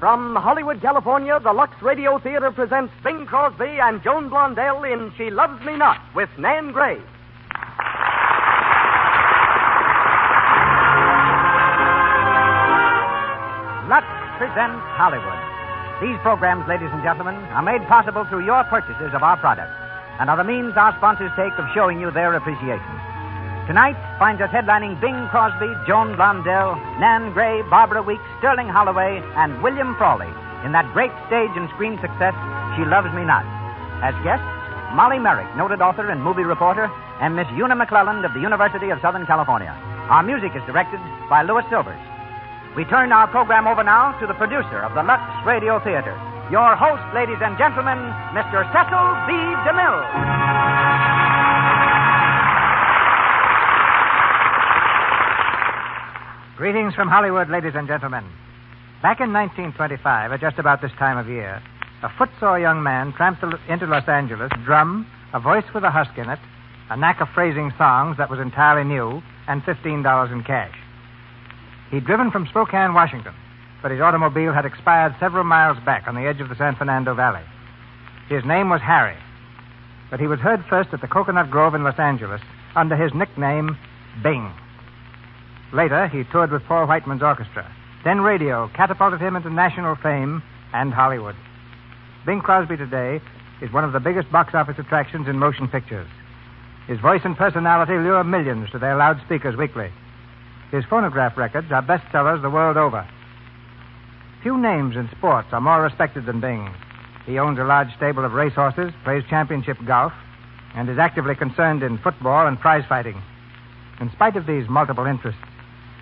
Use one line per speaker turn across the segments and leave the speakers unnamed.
From Hollywood, California, the Lux Radio Theater presents Bing Crosby and Joan Blondell in She Loves Me Not with Nan Gray.
Lux presents Hollywood. These programs, ladies and gentlemen, are made possible through your purchases of our products and are the means our sponsors take of showing you their appreciation. Tonight finds us headlining Bing Crosby, Joan Blondell, Nan Gray, Barbara Weeks, Sterling Holloway, and William Frawley in that great stage and screen success, She Loves Me Not. As guests, Molly Merrick, noted author and movie reporter, and Miss Una McClelland of the University of Southern California. Our music is directed by Louis Silvers. We turn our program over now to the producer of the Lux Radio Theater. Your host, ladies and gentlemen, Mr. Cecil B. DeMille. Greetings from Hollywood, ladies and gentlemen. Back in 1925, at just about this time of year, a footsore young man tramped to- into Los Angeles, drum, a voice with a husk in it, a knack of phrasing songs that was entirely new, and $15 in cash. He'd driven from Spokane, Washington, but his automobile had expired several miles back on the edge of the San Fernando Valley. His name was Harry, but he was heard first at the Coconut Grove in Los Angeles under his nickname, Bing. Later, he toured with Paul Whiteman's orchestra. Then radio catapulted him into national fame and Hollywood. Bing Crosby today is one of the biggest box office attractions in motion pictures. His voice and personality lure millions to their loudspeakers weekly. His phonograph records are bestsellers the world over. Few names in sports are more respected than Bing. He owns a large stable of racehorses, plays championship golf, and is actively concerned in football and prize fighting. In spite of these multiple interests,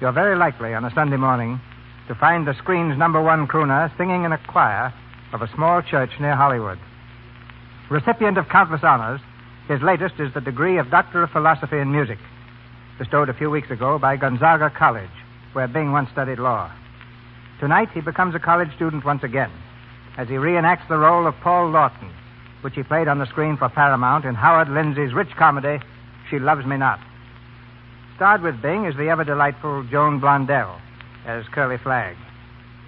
you're very likely on a Sunday morning to find the screen's number one crooner singing in a choir of a small church near Hollywood. Recipient of countless honors, his latest is the degree of Doctor of Philosophy in Music, bestowed a few weeks ago by Gonzaga College, where Bing once studied law. Tonight, he becomes a college student once again as he reenacts the role of Paul Lawton, which he played on the screen for Paramount in Howard Lindsay's rich comedy, She Loves Me Not. Starred with Bing is the ever delightful Joan Blondell as Curly Flagg.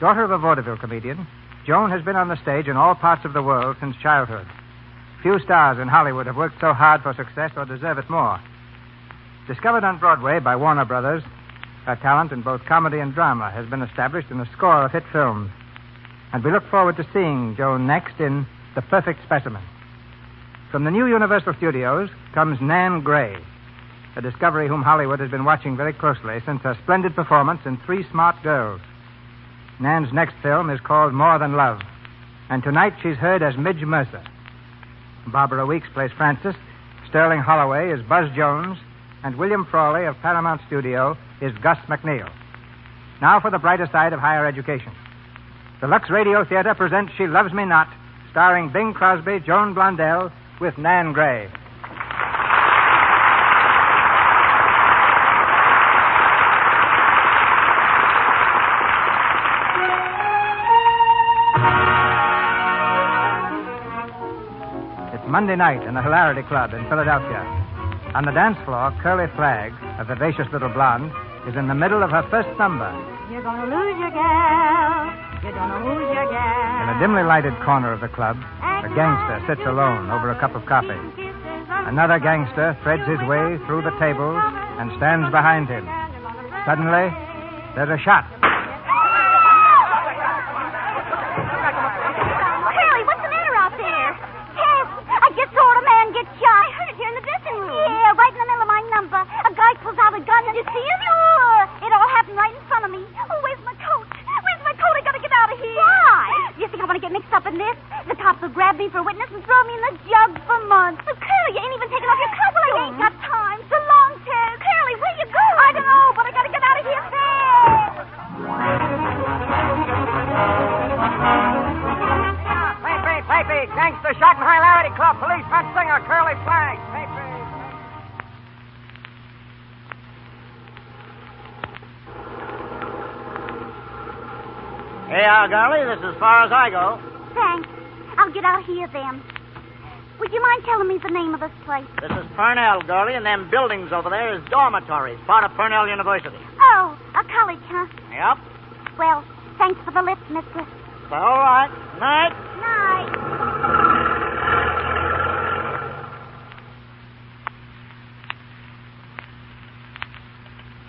Daughter of a vaudeville comedian, Joan has been on the stage in all parts of the world since childhood. Few stars in Hollywood have worked so hard for success or deserve it more. Discovered on Broadway by Warner Brothers, her talent in both comedy and drama has been established in a score of hit films. And we look forward to seeing Joan next in The Perfect Specimen. From the new Universal Studios comes Nan Gray, a discovery whom Hollywood has been watching very closely since her splendid performance in Three Smart Girls. Nan's next film is called More Than Love, and tonight she's heard as Midge Mercer. Barbara Weeks plays Frances, Sterling Holloway is Buzz Jones, and William Frawley of Paramount Studio is Gus McNeil. Now for the brighter side of higher education. The Lux Radio Theater presents She Loves Me Not, starring Bing Crosby, Joan Blondell, with Nan Gray. It's Monday night in the Hilarity Club in Philadelphia. On the dance floor, Curly Flagg, a vivacious little blonde, is in the middle of her first number.
You're gonna lose your gal. You're gonna lose your gal.
In a dimly lighted corner of the club, a gangster sits alone over a cup of coffee. Another gangster threads his way through the tables and stands behind him. Suddenly, there's a shot.
Curly, Oh, what's the matter out there? Yes, I just told a man get shot. I heard it here in the dressing room. Yeah, right in the middle of my number. A guy pulls out a gun. Did you see him? Sure. It all happened right in front of me. Oh, where's my coat? Where's my coat? I gotta get out of here. Why? You think I'm gonna get mixed up in this? The cops will grab me for a witness and throw me in the jug for months. But Curly, you ain't even taken off your coat. Well, I ain't got time. It's a long tale. Curly, where you going? I don't know, but I gotta get out of here fast.
Play, play, play, play. Gangster shot in Hilarity Club. Police front singer, Curly Flagg.
Hey, Algarley, this is as far as I go.
Thanks. I'll get out here then. Would you mind telling me the name of this place?
This is Purnell, Gurley, and them buildings over there is dormitories, part of Purnell University.
Oh, a college, huh?
Yep.
Well, thanks for the lift, mister.
All right. Night.
Night.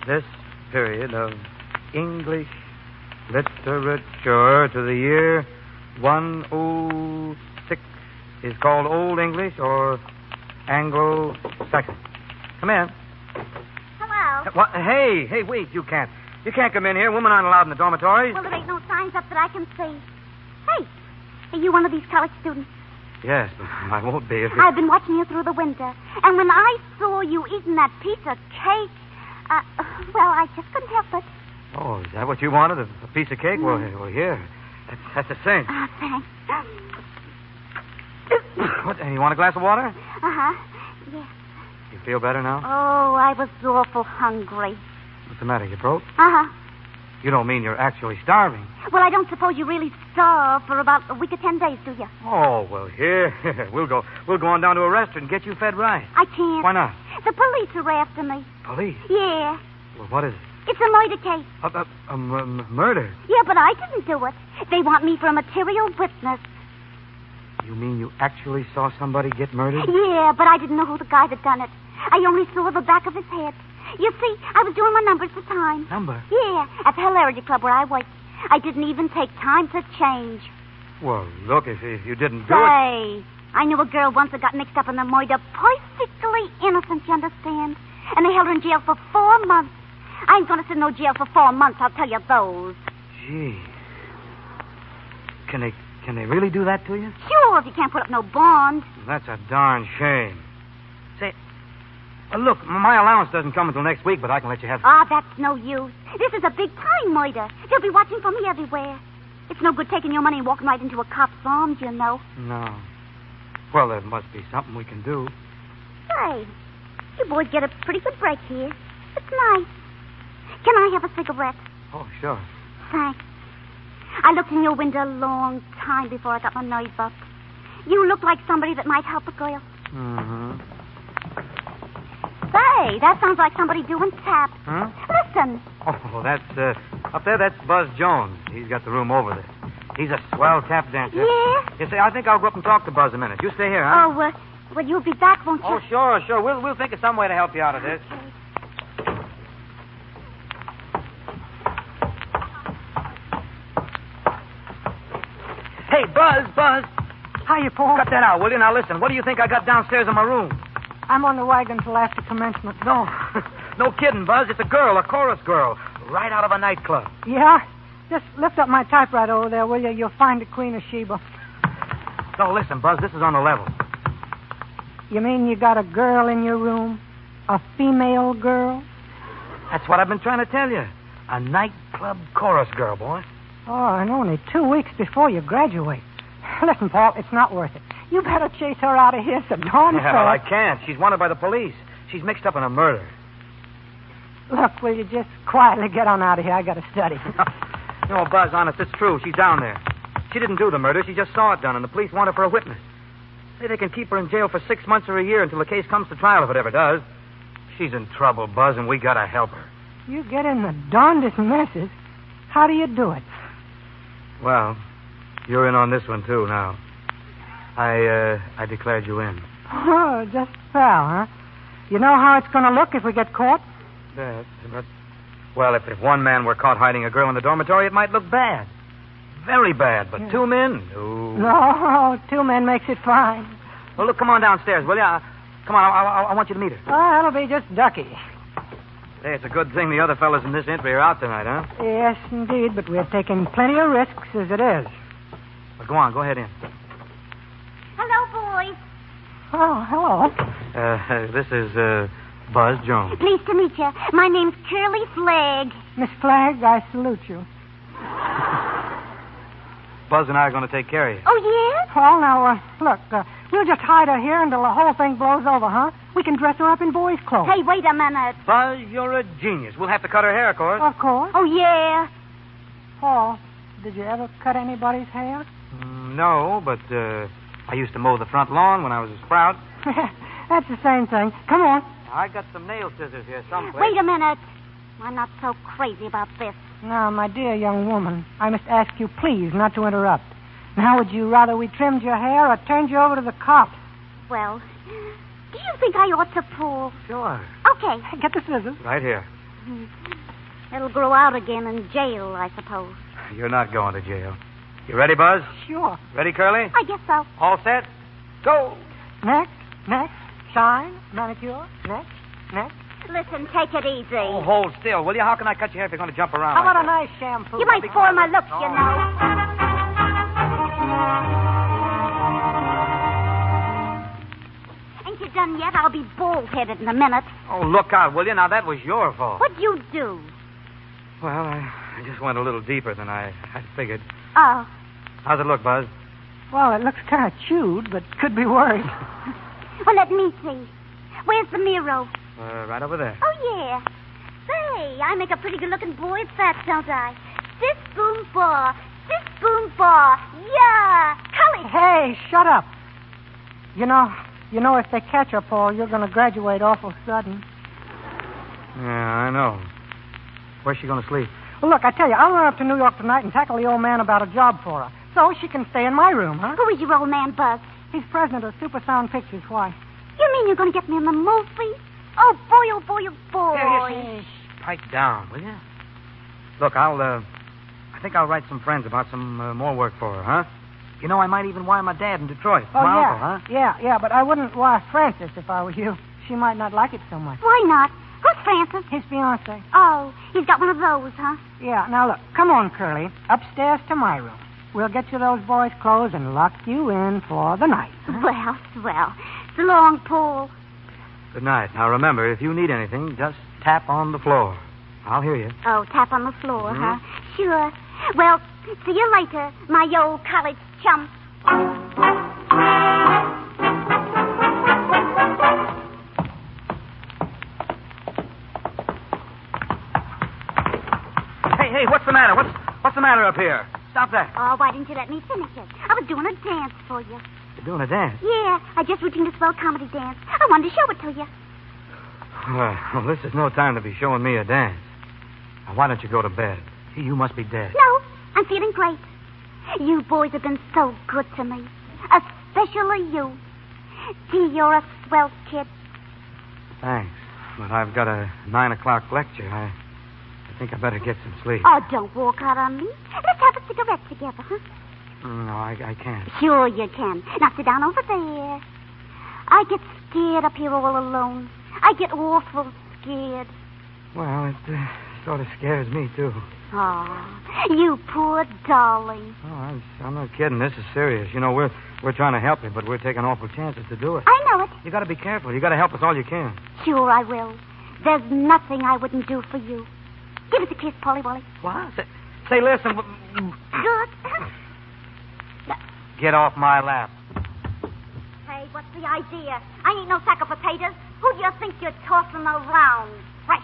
this period of English literature to the year 106 is called Old English or Anglo Saxon. Come in.
Hello.
Uh, What? Hey, hey, wait, you can't. You can't come in here. Women aren't allowed in the dormitories.
Well, there ain't no signs up that I can see. Hey, are you one of these college students?
Yes, but I won't be. If it-
I've been watching you through the window, and when I saw you eating that piece of cake, uh, well, I just couldn't help it.
Oh, is that what you wanted? A, a piece of cake? Well,
Mm.
well, here. That's, that's a cinch.
Ah, thanks.
What, you want a glass of water?
Uh huh. Yeah.
You feel better now?
Oh, I was awful hungry.
What's the matter? You broke?
Uh huh.
You don't mean you're actually starving.
Well, I don't suppose you really starve for about a week or ten days, do you?
Oh, well, here. we'll go. We'll go on down to a restaurant and get you fed right.
I can't.
Why not?
The police are after me.
Police.
Yeah.
Well, what is it?
It's a murder case.
Uh, uh, um, um, murder.
Yeah, but I didn't do it. They want me for a material witness.
You mean you actually saw somebody get murdered?
Yeah, but I didn't know who the guy that done it. I only saw the back of his head. You see, I was doing my numbers at the time.
Number?
Yeah, at the hilarity club where I worked. I didn't even take time to change.
Well, look, if, if you didn't do it.
Say, I knew a girl once that got mixed up in the murder, perfectly innocent, you understand? And they held her in jail for four months. I ain't gonna sit in no jail for four months, I'll tell you those.
Gee. Can they can they really do that to you?
Sure, if you can't put up no bond.
That's a darn shame. Say, uh, look, my allowance doesn't come until next week, but I can let you have.
Ah, that's no use. This is a big time murder. They'll be watching for me everywhere. It's no good taking your money and walking right into a cop's arms, you know.
No. Well, there must be something we can do.
Say, you boys get a pretty good break here. It's nice. Can I have a cigarette?
Oh, sure.
Thanks. I looked in your window a long time before I got my nerves up. You look like somebody that might help a girl.
Mm-hmm.
Say, that sounds like somebody doing tap.
Huh?
Listen.
Oh, that's uh, up there. That's Buzz Jones. He's got the room over there. He's a swell tap dancer.
Yeah?
You say, I think I'll go up and talk to Buzz a minute. You stay here, huh?
Oh, uh, well, you'll be back, won't you?
Oh, sure, sure. We'll we'll think of some way to help you out of this. Hey, Buzz, Buzz.
Hiya, Paul.
Cut that out, will you? Now listen. What do you think I got downstairs in my room?
I'm on the wagon till after commencement.
No, no kidding, Buzz. It's a girl, a chorus girl, right out of a nightclub.
Yeah? Just lift up my typewriter over there, will you? You'll find the Queen of Sheba.
No, listen, Buzz. This is on the level.
You mean you got a girl in your room? A female girl?
That's what I've been trying to tell you. A nightclub chorus girl, boy.
Oh, and only two weeks before you graduate. Listen, Paul, it's not worth it. You better chase her out of here some darn
yeah, well, I
fast.
can't. She's wanted by the police. She's mixed up in a murder.
Look, will you just quietly get on out of here? I gotta study.
no, Buzz, honest, it's true. She's down there. She didn't do the murder. She just saw it done, and the police want her for a witness. Say they can keep her in jail for six months or a year until the case comes to trial, if it ever does. She's in trouble, Buzz, and we gotta help her.
you get in the darndest messes. How do you do it?
Well, you're in on this one too now. I uh, I declared you in.
Oh, just fell, huh? You know how it's gonna look if we get caught?
That, Uh, but well, if, if one man were caught hiding a girl in the dormitory, it might look bad, very bad. But two men, no.
No, Oh, two men makes it fine.
Well, look, come on downstairs, will you? I, come on, I, I, I want you to meet her.
Well, that'll be just ducky.
Hey, it's a good thing the other fellas in this entry are out tonight, huh?
Yes, indeed, but we're taking plenty of risks as it is.
Well, go on, go ahead in.
Hello, boys.
Oh, hello.
Uh, this is uh, Buzz Jones.
Pleased to meet you. My name's Curly Flag.
Miss Flagg, I salute you.
Buzz and I are going to take care of you.
Oh, yes?
Paul, now, uh, look, uh, we'll just hide her here until the whole thing blows over, huh? We can dress her up in boys' clothes.
Hey, wait a minute.
Buzz, you're a genius. We'll have to cut her hair, of course.
Of course.
Oh, yeah.
Paul, did you ever cut anybody's hair?
Mm, no, but uh, I used to mow the front lawn when I was a sprout.
That's the same thing. Come on.
I got some nail scissors here someplace.
Wait a minute. I'm not so crazy about this.
Now, my dear young woman, I must ask you, please, not to interrupt. Now, would you rather we trimmed your hair or turned you over to the cops?
Well, do you think I ought to pull?
Sure.
Okay, Hmm.
Get the scissors.
Right here.
it'll grow out again in jail, I suppose.
You're not going to jail. You ready, Buzz?
Sure.
Ready, Curly?
I guess so.
All set? Go!
Next, next, shine, manicure, next, next.
Listen, take it easy.
Oh, hold still, will you? How can I cut your hair if you're going to jump around?
How
like
about a
that?
nice shampoo?
you might spoil my looks, you know. Ain't you done yet? I'll be bald headed in a minute.
Oh, look out, will you? Now, that was your
Oh.
fault.
What'd you do?
Well, I, I just went a little deeper than I had figured.
Oh,
How's it look, Buzz?
Well, it looks kind of chewed, but could be worried.
well, let me see. Where's the mirror?
Uh, right over there.
Oh, yeah. Say, I make a pretty good looking boy at that, don't I? This boom bar. This boom bar. Yeah. College.
Hey, shut up. You know, you know, if they catch her, Paul, you're going to graduate awful sudden.
Yeah, I know. Where's she going to sleep?
Well, look, I tell you, I'll run up to New York tonight and tackle the old man about a job for her. So she can stay in my room, huh?
Who is your old man, Buzz?
He's president of Super Sound Pictures. Why?
You mean you're going to get me in the movie? Oh, boy, oh, boy, oh, boy.
Pipe down, will you? Look, I'll, uh, I think I'll write some friends about some uh, more work for her, huh? You know, I might even wire my dad in Detroit.
Oh,
my
yeah.
uncle, huh?
Yeah, yeah, but I wouldn't wire Francis if I were you. She might not like it so much.
Why not? Who's Francis?
His fiance.
Oh, he's got one of those, huh?
Yeah, now look, come on, Curly. Upstairs to my room. We'll get you those boys' clothes and lock you in for the night.
Well, swell. So long, Paul.
Good night. Now, remember, if you need anything, just tap on the floor. I'll hear you.
Oh, tap on the floor,
Mhm.
huh? Sure. Well, see you later, my old college chum.
Hey, hey, what's the matter? What's what's the matter up here? Stop that.
Oh, why didn't you let me finish it? I was doing a dance for you.
You're doing a dance.
Yeah, I just routine this well comedy dance. I wanted to show it to you.
Well, this is no time to be showing me a dance. Now, why don't you go to bed? Gee, You must be dead.
No, I'm feeling great. You boys have been so good to me, especially you. Gee, you're a swell kid.
Thanks. But I've got a nine o'clock lecture. I, I think I better get some sleep.
Oh, don't walk out on me. Let's have a cigarette together, huh?
Mm, No, I, I can't.
Sure you can. Now sit down over there. I get scared up here all alone. I get awful scared.
Well, it uh, sort of scares me, too.
Oh, you poor darling.
Oh, I'm, I'm not kidding. This is serious. You know, we're we're trying to help you, but we're taking awful chances to do it.
I know it.
You got to be careful. You got to help us all you can.
Sure I will. There's nothing I wouldn't do for you. Give us a kiss, Polly Wally.
What? Say, say listen. w-
Good.
Get off my lap.
hey, what's the idea? I ain't no sack of potatoes. Who do you think you're tossing around? Fresh.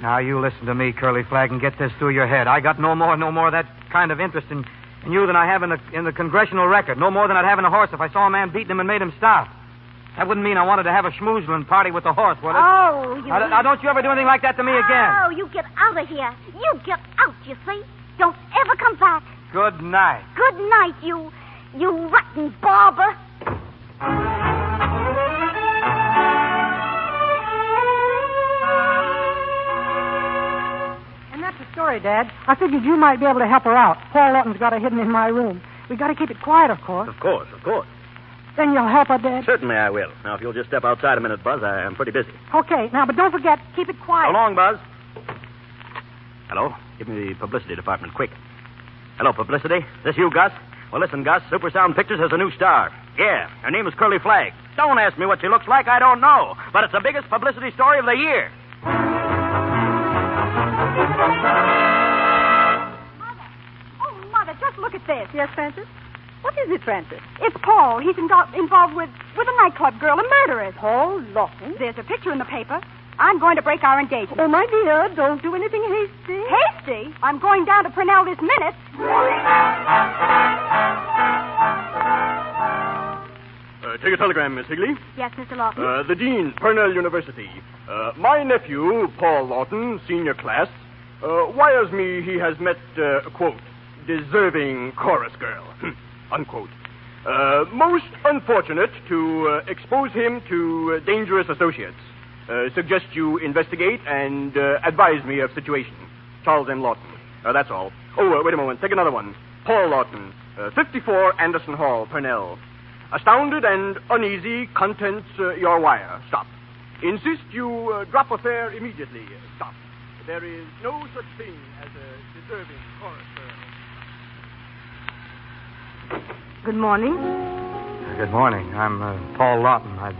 Now you listen to me, Curly Flag, and get this through your head. I got no more, no more of that kind of interest in, in you than I have in the in the congressional record. No more than I'd have in a horse if I saw a man beating him and made him stop. That wouldn't mean I wanted to have a schmoozling party with the horse, would it?
Oh, you.
now, now don't you ever do anything like that to me again.
Oh, you get out of here. You get out, you see. Don't ever come back.
Good night.
Good night, you, you rotten barber.
And that's the story, Dad. I figured you might be able to help her out. Paul Lawton's got her hidden in my room. We got to keep it quiet, of course.
Of course, of course.
Then you'll help her, Dad.
Certainly I will. Now, if you'll just step outside a minute, Buzz, I am pretty busy.
Okay, now, but don't forget, keep it
How
quiet.
long, Buzz? Hello? Give me the publicity department, quick. Hello, publicity. This you, Gus? Well, listen, Gus. Super Sound Pictures has a new star. Yeah, her name is Curly Flagg. Don't ask me what she looks like. I don't know. But it's the biggest publicity story of the year.
Mother. Oh, Mother, just look at this. Yes, Francis? What is it, Francis? It's Paul. He's ingo- involved with, with a nightclub girl, a murderess. Paul Lawton? There's a picture in the paper. I'm going to break our engagement. Oh, my dear, don't do anything hasty. Hasty? I'm going down to Purnell this minute.
Uh, take a telegram, Miss Higley.
Yes, Mr. Lawton.
Uh, the Dean, Cornell University. Uh, my nephew, Paul Lawton, senior class, uh, wires me he has met, uh, quote, deserving chorus girl, unquote. Uh, most unfortunate to uh, expose him to uh, dangerous associates. Uh, suggest you investigate and uh, advise me of situation. Charles M. Lawton. Uh, that's all. Oh, uh, wait a moment. Take another one. Paul Lawton, uh, 54 Anderson Hall, Purnell. Astounded and uneasy, contents uh, your wire. Stop. Insist you uh, drop affair immediately. Stop. There is no such thing as a deserving chorus girl.
Good morning.
Good morning. I'm uh, Paul Lawton. I'd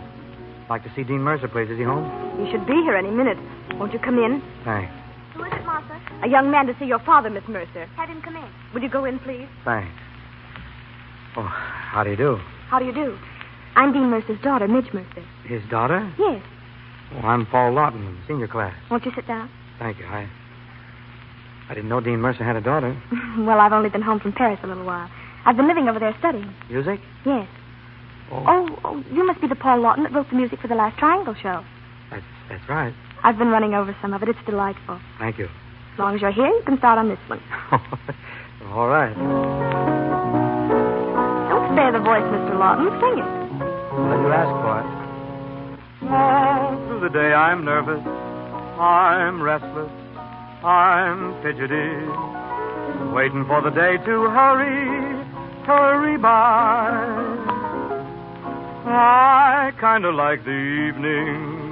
like to see Dean Mercer, please. Is he home?
He should be here any minute. Won't you come in?
Thanks.
Who is it, Martha?
A young man to see your father, Miss Mercer.
Have him come in.
Would you go in, please?
Thanks. Oh, how do you do?
How do you do? I'm Dean Mercer's daughter, Midge Mercer.
His daughter?
Yes.
Oh, I'm Paul Lawton, senior class.
Won't you sit down?
Thank you. I I didn't know Dean Mercer had a daughter.
well, I've only been home from Paris a little while. I've been living over there studying.
Music?
Yes. Oh, oh, you must be the Paul Lawton that wrote the music for the last Triangle show.
That's, that's right.
I've been running over some of it. It's delightful.
Thank you.
As long as you're here, you can start on this one.
All right.
Don't spare the voice, Mr. Lawton. Sing it.
Let you ask for it. All through the day I'm nervous. I'm restless. I'm fidgety. Waiting for the day to hurry, hurry by. I kinda like the evening.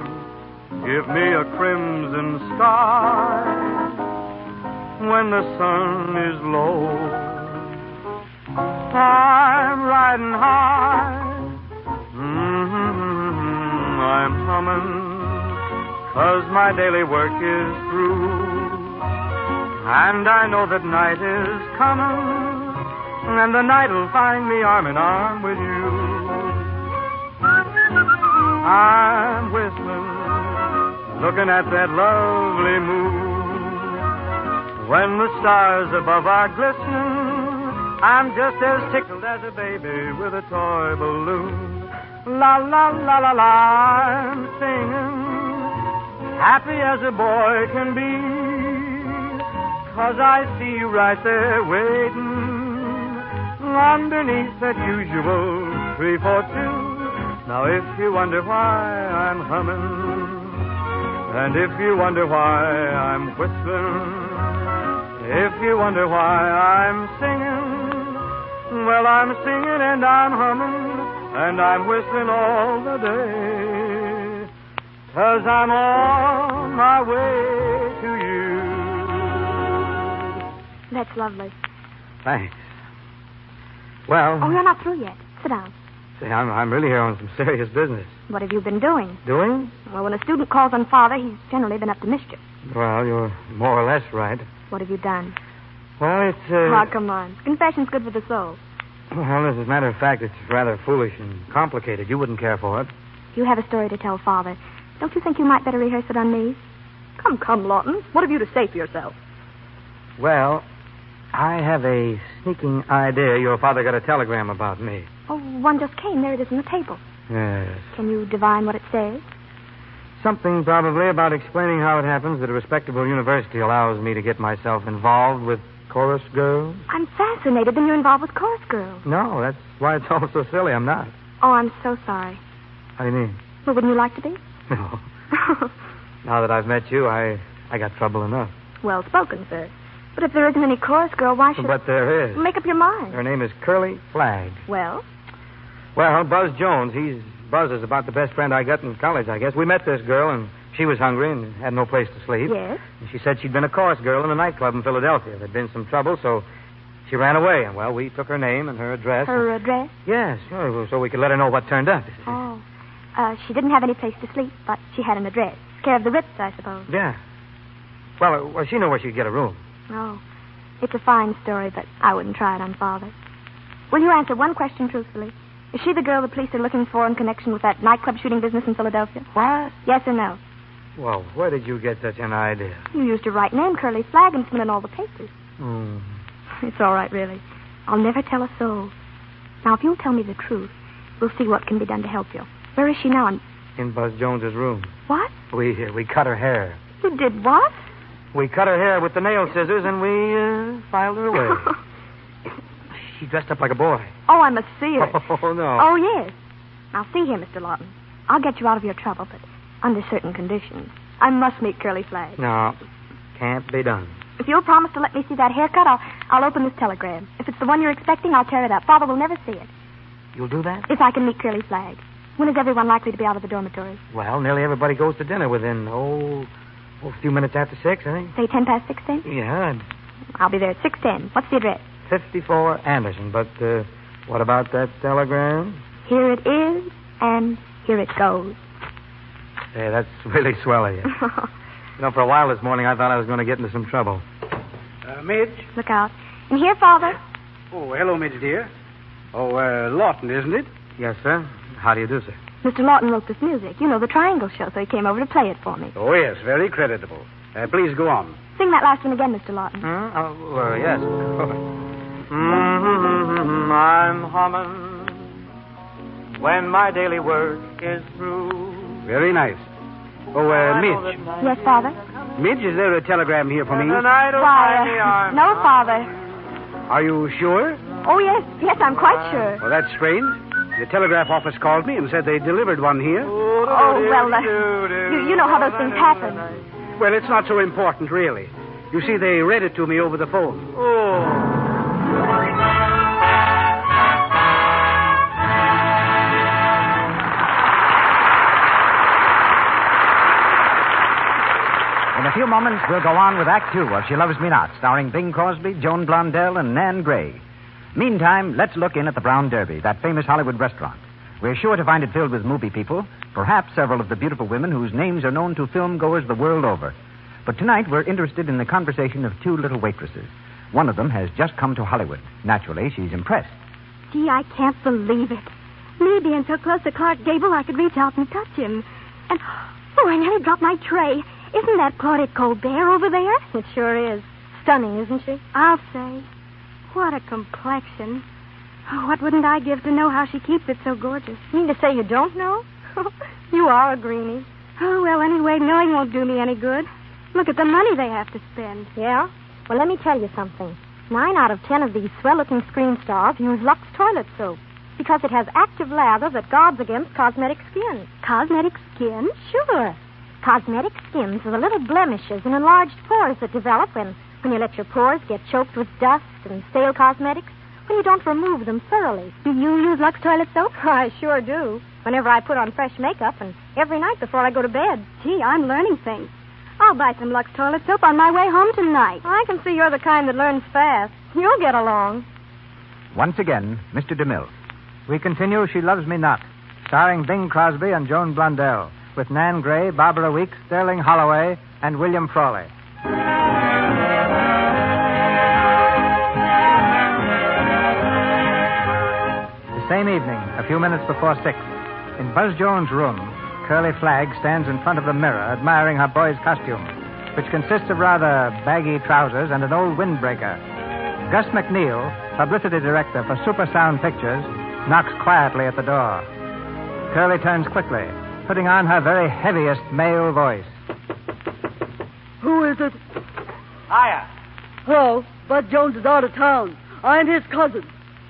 Give me a crimson sky. When the sun is low, I'm riding high. Mm-hmm, I'm humming, cause my daily work is through. And I know that night is coming, and the night'll find me arm in arm with you. I'm whistling, looking at that lovely moon. When the stars above are glistening, I'm just as tickled as a baby with a toy balloon. La la la la la, I'm singing, happy as a boy can be. Cause I see you right there waiting underneath that usual three for two. Now if you wonder why I'm humming, and if you wonder why I'm whistling, if you wonder why I'm singing, well I'm singing and I'm humming, and I'm whistling all the day. Cause I'm on my way to you.
That's lovely.
Thanks. Well,
Oh, you're not through yet. Sit down.
see, I'm, I'm really here on some serious business.
What have you been doing?
Doing?
Well, when a student calls on father, he's generally been up to mischief.
Well, you're more or less right.
What have you done?
Well, it's. Uh,
Ah, come on. Confession's good for the soul.
Well, as a matter of fact, it's rather foolish and complicated. You wouldn't care for it.
You have a story to tell father. Don't you think you might better rehearse it on me? Come, come, Lawton. What have you to say for yourself?
Well, I have a sneaking idea your father got a telegram about me.
Oh, one just came. There it is on the table.
Yes.
Can you divine what it says?
Something probably about explaining how it happens that a respectable university allows me to get myself involved with chorus girls.
I'm fascinated. Then you're involved with chorus girls.
No, that's why it's all so silly. I'm not.
Oh, I'm so sorry.
How do you mean?
Well, wouldn't you like to be?
No. Now that I've met you, I I got trouble enough.
well spoken, sir. But if there isn't any chorus girl, why should
But there is.
make up your mind?
Her name is Curly Flagg.
Well,
Well, Buzz Jones, he's Buzz is about the best friend I got in college, I guess. We met this girl and she was hungry and had no place to sleep.
yes.
And she said she'd been a chorus girl in a nightclub in Philadelphia. There'd been some trouble, so she ran away. And well, we took her name and her address.
Her address.
Yes, sure, well, so we could let her know what turned up.
Oh. Uh, she didn't have any place to sleep, but she had an address. Care of the Ritz, I suppose.
Yeah. Well, uh, well, she knew where she'd get a room.
Oh. It's a fine story, but I wouldn't try it on Father. Will you answer one question truthfully? Is she the girl the police are looking for in connection with that nightclub shooting business in Philadelphia?
What?
Yes or no?
Well, where did you get such an idea?
You used her right name, Curly Flag, and it's been in all the papers.
Hmm.
It's all right, really. I'll never tell a soul. Now, if you'll tell me the truth, We'll see what can be done to help you. Where is she now? And
In Buzz Jones's room.
what?
We uh, we cut her hair.
You did what?
We cut her hair with the nail scissors and we uh, filed her away. she dressed up like a boy.
oh, I must see her.
Oh no.
Oh, yes. Now, see here, Mr. Lawton. I'll get you out of your trouble, but under certain conditions. I must meet Curly Flag.
No, can't be done.
If you'll promise to let me see that haircut, I'll, I'll open this telegram. If it's the one you're expecting, I'll tear it up. Father will never see it.
You'll do that?
If I can meet Curly Flag. When is everyone likely to be out of the dormitories?
Well, nearly everybody goes to dinner within oh, oh a few minutes after six, I think.
Say ten past six, then?
Yeah, and
I'll be there at six ten. What's the address?
54 Anderson. But uh, what about that telegram?
Here it is, and here it goes.
Hey, that's really swell of you. You know, for a while this morning, I thought I was going to get into some trouble.
Uh, Midge?
Look out. And here, Father.
Oh, hello, Midge, dear. Oh, uh, Lawton, isn't it?
Yes, sir. How do you do, sir?
Mr. Lawton wrote this music. You know, the Triangle Show, so he came over to play it for me.
Oh, yes, very creditable. Uh, please go on.
Sing that last one again, Mr. Lawton.
Hmm? Oh, uh, yes. mm I'm humming when my daily work is through.
Very nice. Oh, uh, Midge.
Yes, Father?
Midge, is there a telegram here for me?
Why, uh, no, Father.
Are you sure?
Oh, yes, yes, I'm quite sure.
Well, that's strange. The telegraph office called me and said they delivered one here.
Oh, well, uh, you, you know how those things happen.
Well, it's not so important, really. You see, they read it to me over the phone.
In a few moments, we'll go on with Act Two of She Loves Me Not, starring Bing Crosby, Joan Blondell, and Nan Gray. Meantime, let's look in at the Brown Derby, that famous Hollywood restaurant. We're sure to find it filled with movie people, perhaps several of the beautiful women whose names are known to filmgoers the world over. But tonight, we're interested in the conversation of two little waitresses. One of them has just come to Hollywood. Naturally, she's impressed.
Gee, I can't believe it. Me being so close to Clark Gable, I could reach out and touch him. And, oh, I nearly dropped my tray. Isn't that Claudette Colbert over there? It sure is. Stunning, isn't she? I'll say. What a complexion. Oh, what wouldn't I give to know how she keeps it so gorgeous? You mean to say you don't know? you are a greenie. Oh, well, anyway, knowing won't do me any good. Look at the money they have to spend. Yeah?
Well, let me tell you something. Nine out of ten of these swell looking screen stars use Lux toilet soap because it has active lather that guards against cosmetic skin.
Cosmetic skin?
Sure. Cosmetic skins are the little blemishes and enlarged pores that develop when, when you let your pores get choked with dust and stale cosmetics, when you don't remove them thoroughly.
Do you use Lux toilet soap?
I sure do. Whenever I put on fresh makeup and every night before I go to bed.
Gee, I'm learning things. I'll buy some Lux toilet soap on my way home tonight.
I can see you're the kind that learns fast. You'll get along.
Once again, Mr. DeMille.
We continue She Loves Me Not, starring Bing Crosby and Joan Blondell, with Nan Gray, Barbara Weeks, Sterling Holloway, and William Frawley. The same evening, a few minutes before six, in Buzz Jones' room, Curly Flagg stands in front of the mirror admiring her boy's costume, which consists of rather baggy trousers and an old windbreaker. Gus McNeil, publicity director for Super Sound Pictures, knocks quietly at the door. Curly turns quickly, putting on her very heaviest male voice.
Who is it?
Hiya.
Oh, Bud Jones is out of town. I'm his cousin.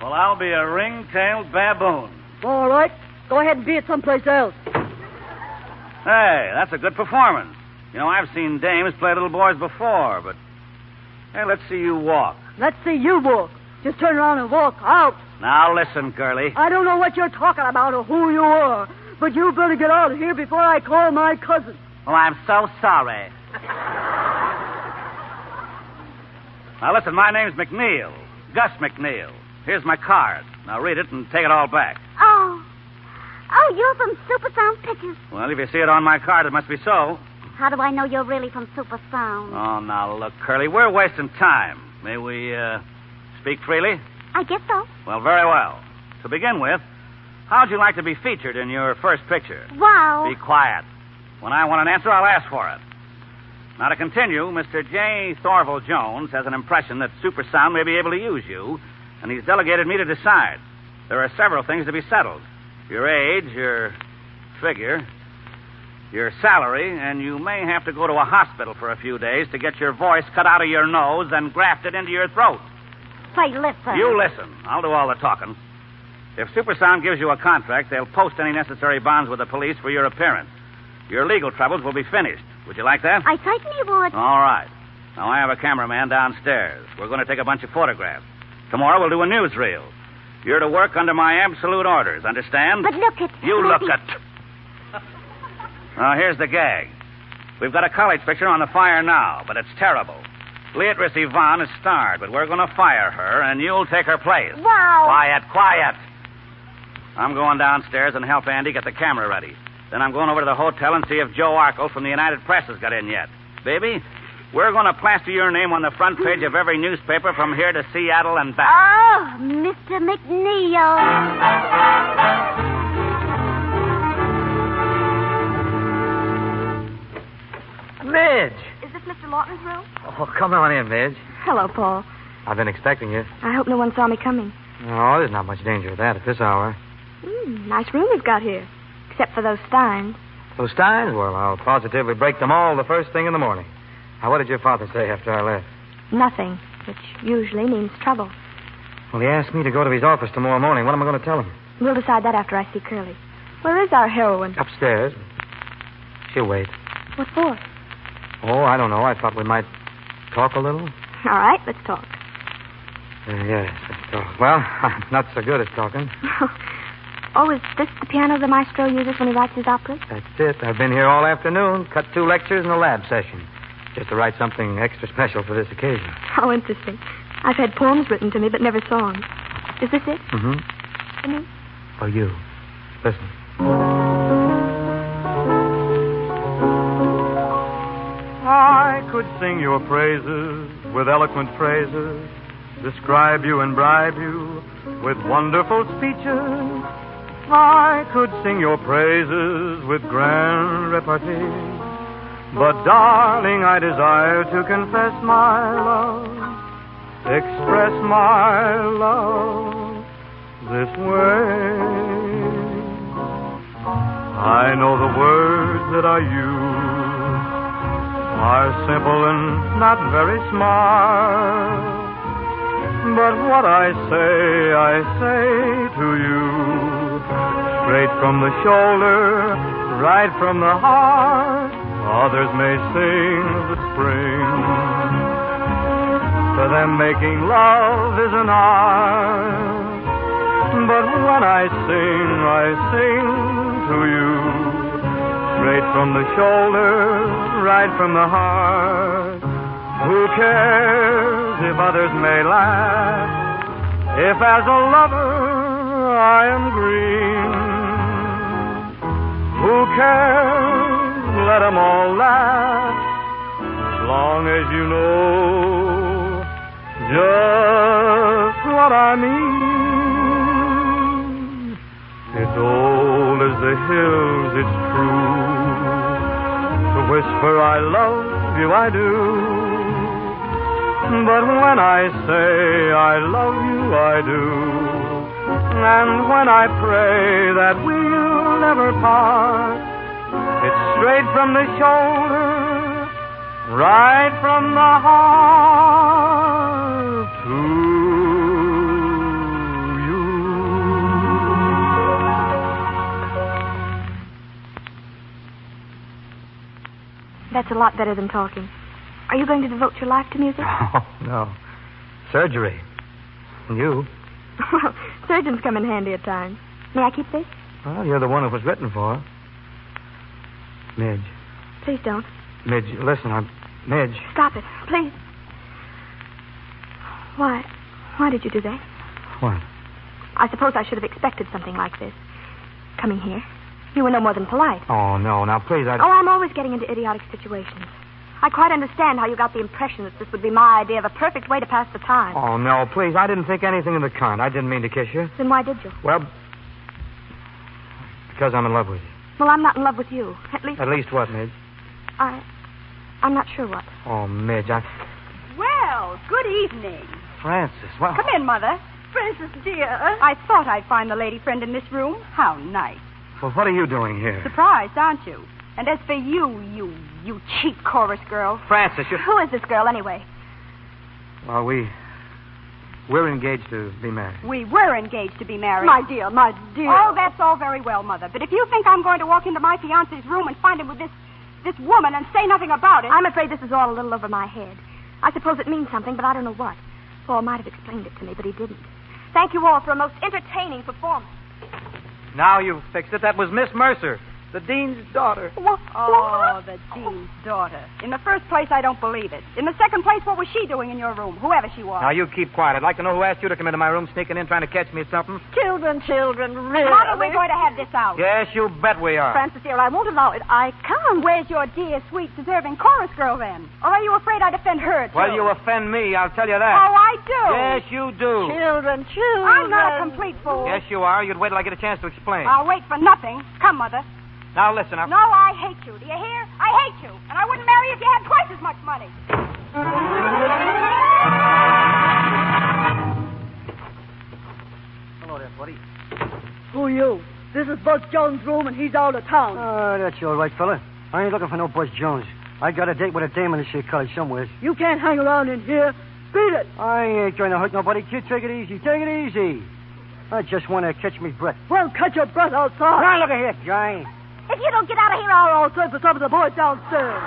Well, I'll be a ring-tailed baboon.
All right, go ahead and be at someplace else.
Hey, that's a good performance. You know, I've seen dames play little boys before, but hey, let's see you walk.
Let's see you walk. Just turn around and walk out.
Now listen, girlie.
I don't know what you're talking about or who you are, but you better get out of here before I call my cousin.
Oh, I'm so sorry. now listen, my name's McNeil, Gus McNeil. Here's my card. Now read it and take it all back.
Oh. Oh, you're from Super Sound Pictures.
Well, if you see it on my card, it must be so.
How do I know you're really from Super Sound?
Oh, now look, Curly, we're wasting time. May we uh, speak freely?
I guess so.
Well, very well. To begin with, how'd you like to be featured in your first picture?
Wow.
Be quiet. When I want an answer, I'll ask for it. Now, to continue, Mr. J. Thorval Jones has an impression that Super Sound may be able to use you, and he's delegated me to decide. There are several things to be settled. your age, your figure, your salary, and you may have to go to a hospital for a few days to get your voice cut out of your nose and grafted into your throat.
Say, listen.
You listen. I'll do all the talking. If Supersound gives you a contract, they'll post any necessary bonds with the police for your appearance. Your legal troubles will be finished. Would you like that?
I certainly would.
All right. Now, I have a cameraman downstairs. We're going to take a bunch of photographs. Tomorrow we'll do a newsreel. You're to work under my absolute orders, understand?
But look at
You
look
look at. Now, here's the gag. We've got a college picture on the fire now, but it's terrible. Beatrice Yvonne is starred, but we're going to fire her, and you'll take her place.
Wow.
Quiet, quiet. I'm going downstairs and help Andy get the camera ready. Then I'm going over to the hotel and see if Joe Arco from the United Press has got in yet. Baby, we're going to plaster your name on the front page of every newspaper from here to Seattle and back.
Oh, Mr. McNeil.
Midge!
Is this Mr. Lawton's room?
Oh, come on in, Midge.
Hello, Paul.
I've been expecting you.
I hope no one saw me coming.
No, there's not much danger of that at this hour.
Mm, nice room you've got here. Except for those steins.
Those steins, well, I'll positively break them all the first thing in the morning. Now, what did your father say after I left?
Nothing, which usually means trouble.
Well, he asked me to go to his office tomorrow morning. What am I going to tell him?
We'll decide that after I see Curly. Where is our heroine?
Upstairs. She'll wait.
What for?
Oh, I don't know. I thought we might talk a little.
All right, let's talk.
Uh, yes, let's talk. Well, I'm not so good at talking.
Oh, is this the piano the maestro uses when he writes his operas?
That's it. I've been here all afternoon, cut two lectures and a lab session, just to write something extra special for this occasion.
How interesting. I've had poems written to me, but never songs. Is this it?
Mm-hmm.
I mean,
For you. Listen.
I could sing your praises with eloquent phrases, describe you and bribe you with wonderful speeches. I could sing your praises with grand repartee. But, darling, I desire to confess my love, express my love this way. I know the words that I use are simple and not very smart. But what I say, I say to you, straight from the shoulder, right from the heart. Others may sing of the spring. For them, making love is an art. But when I sing, I sing to you. Straight from the shoulder, right from the heart. Who cares if others may laugh? If as a lover I am green. Who cares? Let 'em all laugh. As long as you know just what I mean. It's old as the hills, it's true. To whisper I love you, I do. But when I say I love you, I do. And when I pray that we'll never part, it's straight from the shoulder, right from the heart to you.
that's a lot better than talking. Are you going to devote your life to music?
Oh, no. Surgery. And you?
well, surgeons come in handy at times. May I keep this?
Well, you're the one it was written for. Midge.
Please don't.
Midge, listen, I'm. Midge.
Stop it. Please. Why? Why did you do that?
What?
I suppose I should have expected something like this. Coming here. You were no more than polite.
Oh, no. Now, please, I.
Oh, I'm always getting into idiotic situations. I quite understand how you got the impression that this would be my idea of a perfect way to pass the time.
Oh, no, please. I didn't think anything of the kind. I didn't mean to kiss you.
Then why did you?
Well, because I'm in love with you.
Well, I'm not in love with you. At least
At least what, Midge?
I I'm not sure what.
Oh, Midge, I.
Well, good evening.
Francis, well.
Come in, Mother. Francis, dear. I thought I'd find the lady friend in this room. How nice.
Well, what are you doing here?
Surprised, aren't you? And as for you, you, you cheap chorus girl.
Francis, you.
Who is this girl, anyway?
Well, we. We're engaged to be married.
We were engaged to be married.
My dear, my dear.
Oh, that's all very well, Mother. But if you think I'm going to walk into my fiance's room and find him with this this woman and say nothing about it,
I'm afraid this is all a little over my head. I suppose it means something, but I don't know what. Paul might have explained it to me, but he didn't. Thank you all for a most entertaining performance.
Now you fixed it. That was Miss Mercer, the dean's daughter.
What? Oh, the dean's daughter. In the first place, I don't believe it. In the second place, what was she doing in your room, whoever she was?
Now you keep quiet. I'd like to know who asked you to come into my room, sneaking in, trying to catch me at something.
Children, children, really.
How are we going to have this out?
Yes, you bet we are.
Francis, dear, I won't allow it. I can't. Where's your dear, sweet, deserving chorus girl, then? Or are you afraid I'd offend her, too?
Well, you offend me. I'll tell you
Oh,
that.
I do.
Yes, you do.
Children, children.
I'm not a complete fool.
Yes, you are. You'd wait till I get a chance to explain.
I'll wait for nothing. Come, Mother.
Now listen. i
No, I hate you. Do you hear? I hate you. And I wouldn't marry you if you had twice as much money.
Hello there, buddy.
Who you? This is Buzz Jones' room, and he's out of town.
Oh, that's you all right, fella. I ain't looking for no Buzz Jones. I got a date with a dame in this here college somewhere.
you can't hang around in here. Beat it.
I ain't trying to hurt nobody, kid. Take it easy. Take it easy. I just want to catch me breath.
Well, cut your breath outside.
Now, look at here, Johnny.
If you don't get out of here, I'll all for some of the boys downstairs.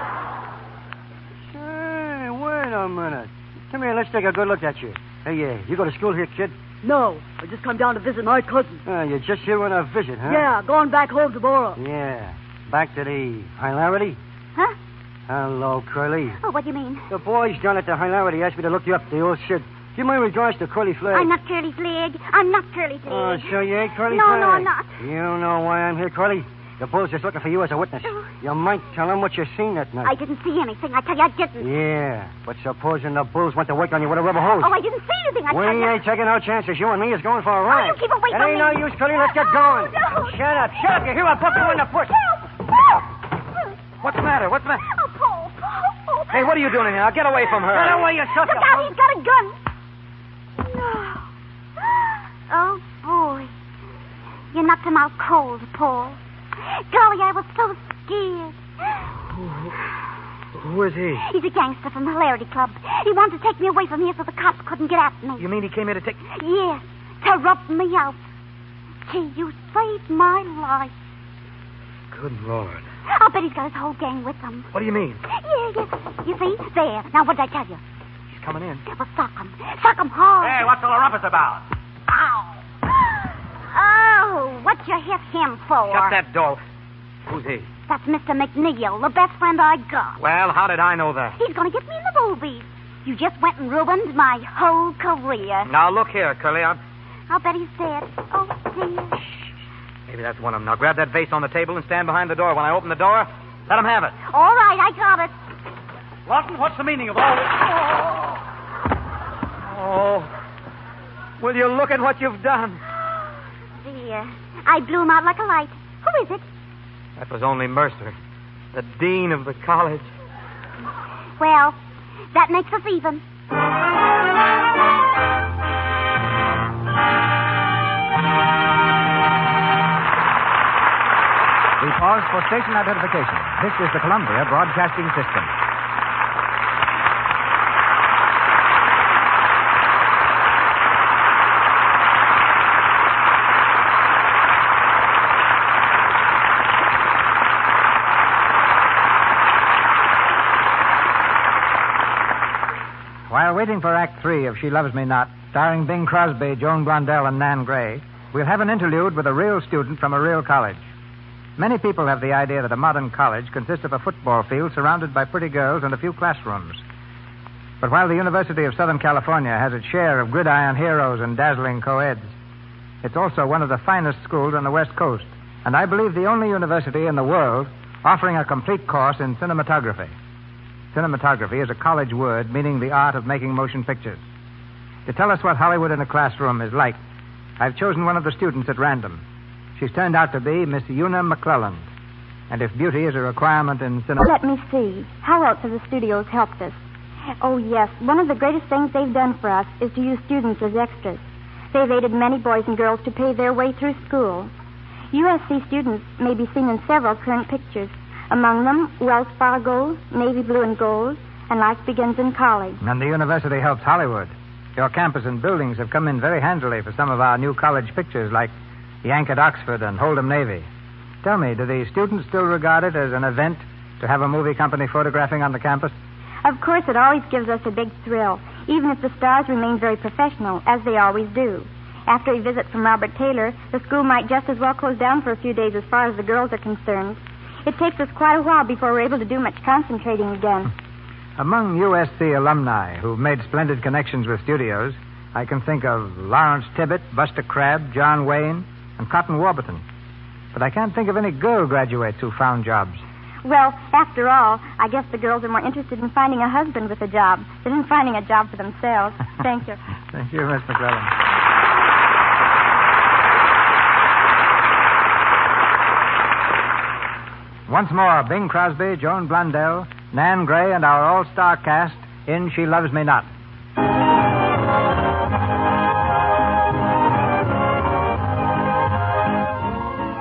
Hey, wait a minute. Come here, let's take a good look at you. Hey, yeah, you go to school here, kid?
No, I just come down to visit my cousin.
Uh, you're just here on a visit, huh?
Yeah, going back home tomorrow.
Yeah. Back to the hilarity?
Huh?
Hello, Curly.
Oh, what do you mean?
The boys down at the hilarity asked me to look you up. They all said, give my regards to Curly Flag.
I'm not Curly Flag. I'm not Curly Flag.
Uh,
Oh, so you ain't Curly
No,
Flag?
no, I'm not.
You know why I'm here, Curly? The bull's just looking for you as a witness. You might tell him what you seen that night.
Oh. I didn't see anything. I tell you, I didn't.
Yeah, but supposing the bulls went to work on you with a rubber hose.
Oh, I didn't see anything. I
we
tell you.
ain't taking no chances. You and me is going for a
Oh,
ride.
you keep
it
away from
ain't
me.
no use, Curly. Let's get
Oh,
going.
no.
Shut up, shut up. You hear a book you in the foot.
What's the matter? What's the matter?
Oh, Paul. Paul.
Hey, what are you doing in here? Now, get away from her.
Get away, you
Look
sucker.
out, he's got a gun. No. Oh, boy. You knocked him out cold, Paul. Golly, I was so scared.
Who is he?
He's a gangster from the Hilarity Club. He wanted to take me away from here so the cops couldn't get at me.
You mean he came here to take.
Yes, to rub me out. Gee, you saved my life.
Good Lord.
I'll bet he's got his whole gang with him.
What do you mean?
Yeah, yeah. You see? There. Now, what did I tell you?
He's coming in.
Well, sock him. Sock him
Oh.
hard.
Hey, what's all the rumpus about?
Ow. Oh, what you hit him for?
Shut that door. Who's he?
That's Mr. McNeil, the best friend I got.
Well, how did I know that?
He's going to get me in the movies. You just went and ruined my whole career.
Now look here, Curly. I'm...
I'll bet he's dead. Oh, dear.
Maybe that's one of them. Now grab that vase on the table and stand behind the door. When I open the door, let him have it.
All right, I got it.
Lawton, what's the meaning of all this?
Oh. Will you look at what you've done?
Dear, I blew him out like a light. Who is it?
That was only Mercer, the dean of the college.
Well, that makes us even.
We pause for station identification. This is the Columbia Broadcasting System.
While waiting for Act Three of She Loves Me Not, starring Bing Crosby, Joan Blondell, and Nan Gray, we'll have an interlude with a real student from a real college. Many people have the idea that a modern college consists of a football field surrounded by pretty girls and a few classrooms. But while the University of Southern California has its share of gridiron heroes and dazzling co-eds, it's also one of the finest schools on the West Coast, and I believe the only university in the world offering a complete course in cinematography. Cinematography is a college word meaning the art of making motion pictures. To tell us what Hollywood in a classroom is like, I've chosen one of the students at random. She's turned out to be Miss Una McClelland. And if beauty is a requirement in cinema.
Let me see. How else have the studios helped us? Oh, yes. One of the greatest things they've done for us is to use students as extras. They've aided many boys and girls to pay their way through school. USC students may be seen in several current pictures, among them Wells Fargo, Navy Blue and Gold, and Life Begins in College.
And the university helps Hollywood. Your campus and buildings have come in very handily for some of our new college pictures, like Yank at Oxford and Hold'em Navy. Tell me, do the students still regard it as an event to have a movie company photographing on the campus?
Of course, it always gives us a big thrill, even if the stars remain very professional, as they always do. After a visit from Robert Taylor, the school might just as well close down for a few days as far as the girls are concerned. It takes us quite a while before we're able to do much concentrating again.
Among USC alumni who've made splendid connections with studios, I can think of Lawrence Tibbett, Buster Crabb, John Wayne, and Cotton Warburton. But I can't think of any girl graduates who found jobs.
Well, after all, I guess the girls are more interested in finding a husband with a job than in finding a job for themselves. Thank you.
Thank you, Miss McClellan. Once more, Bing Crosby, Joan Blundell, Nan Gray, and our all star cast in She Loves Me Not.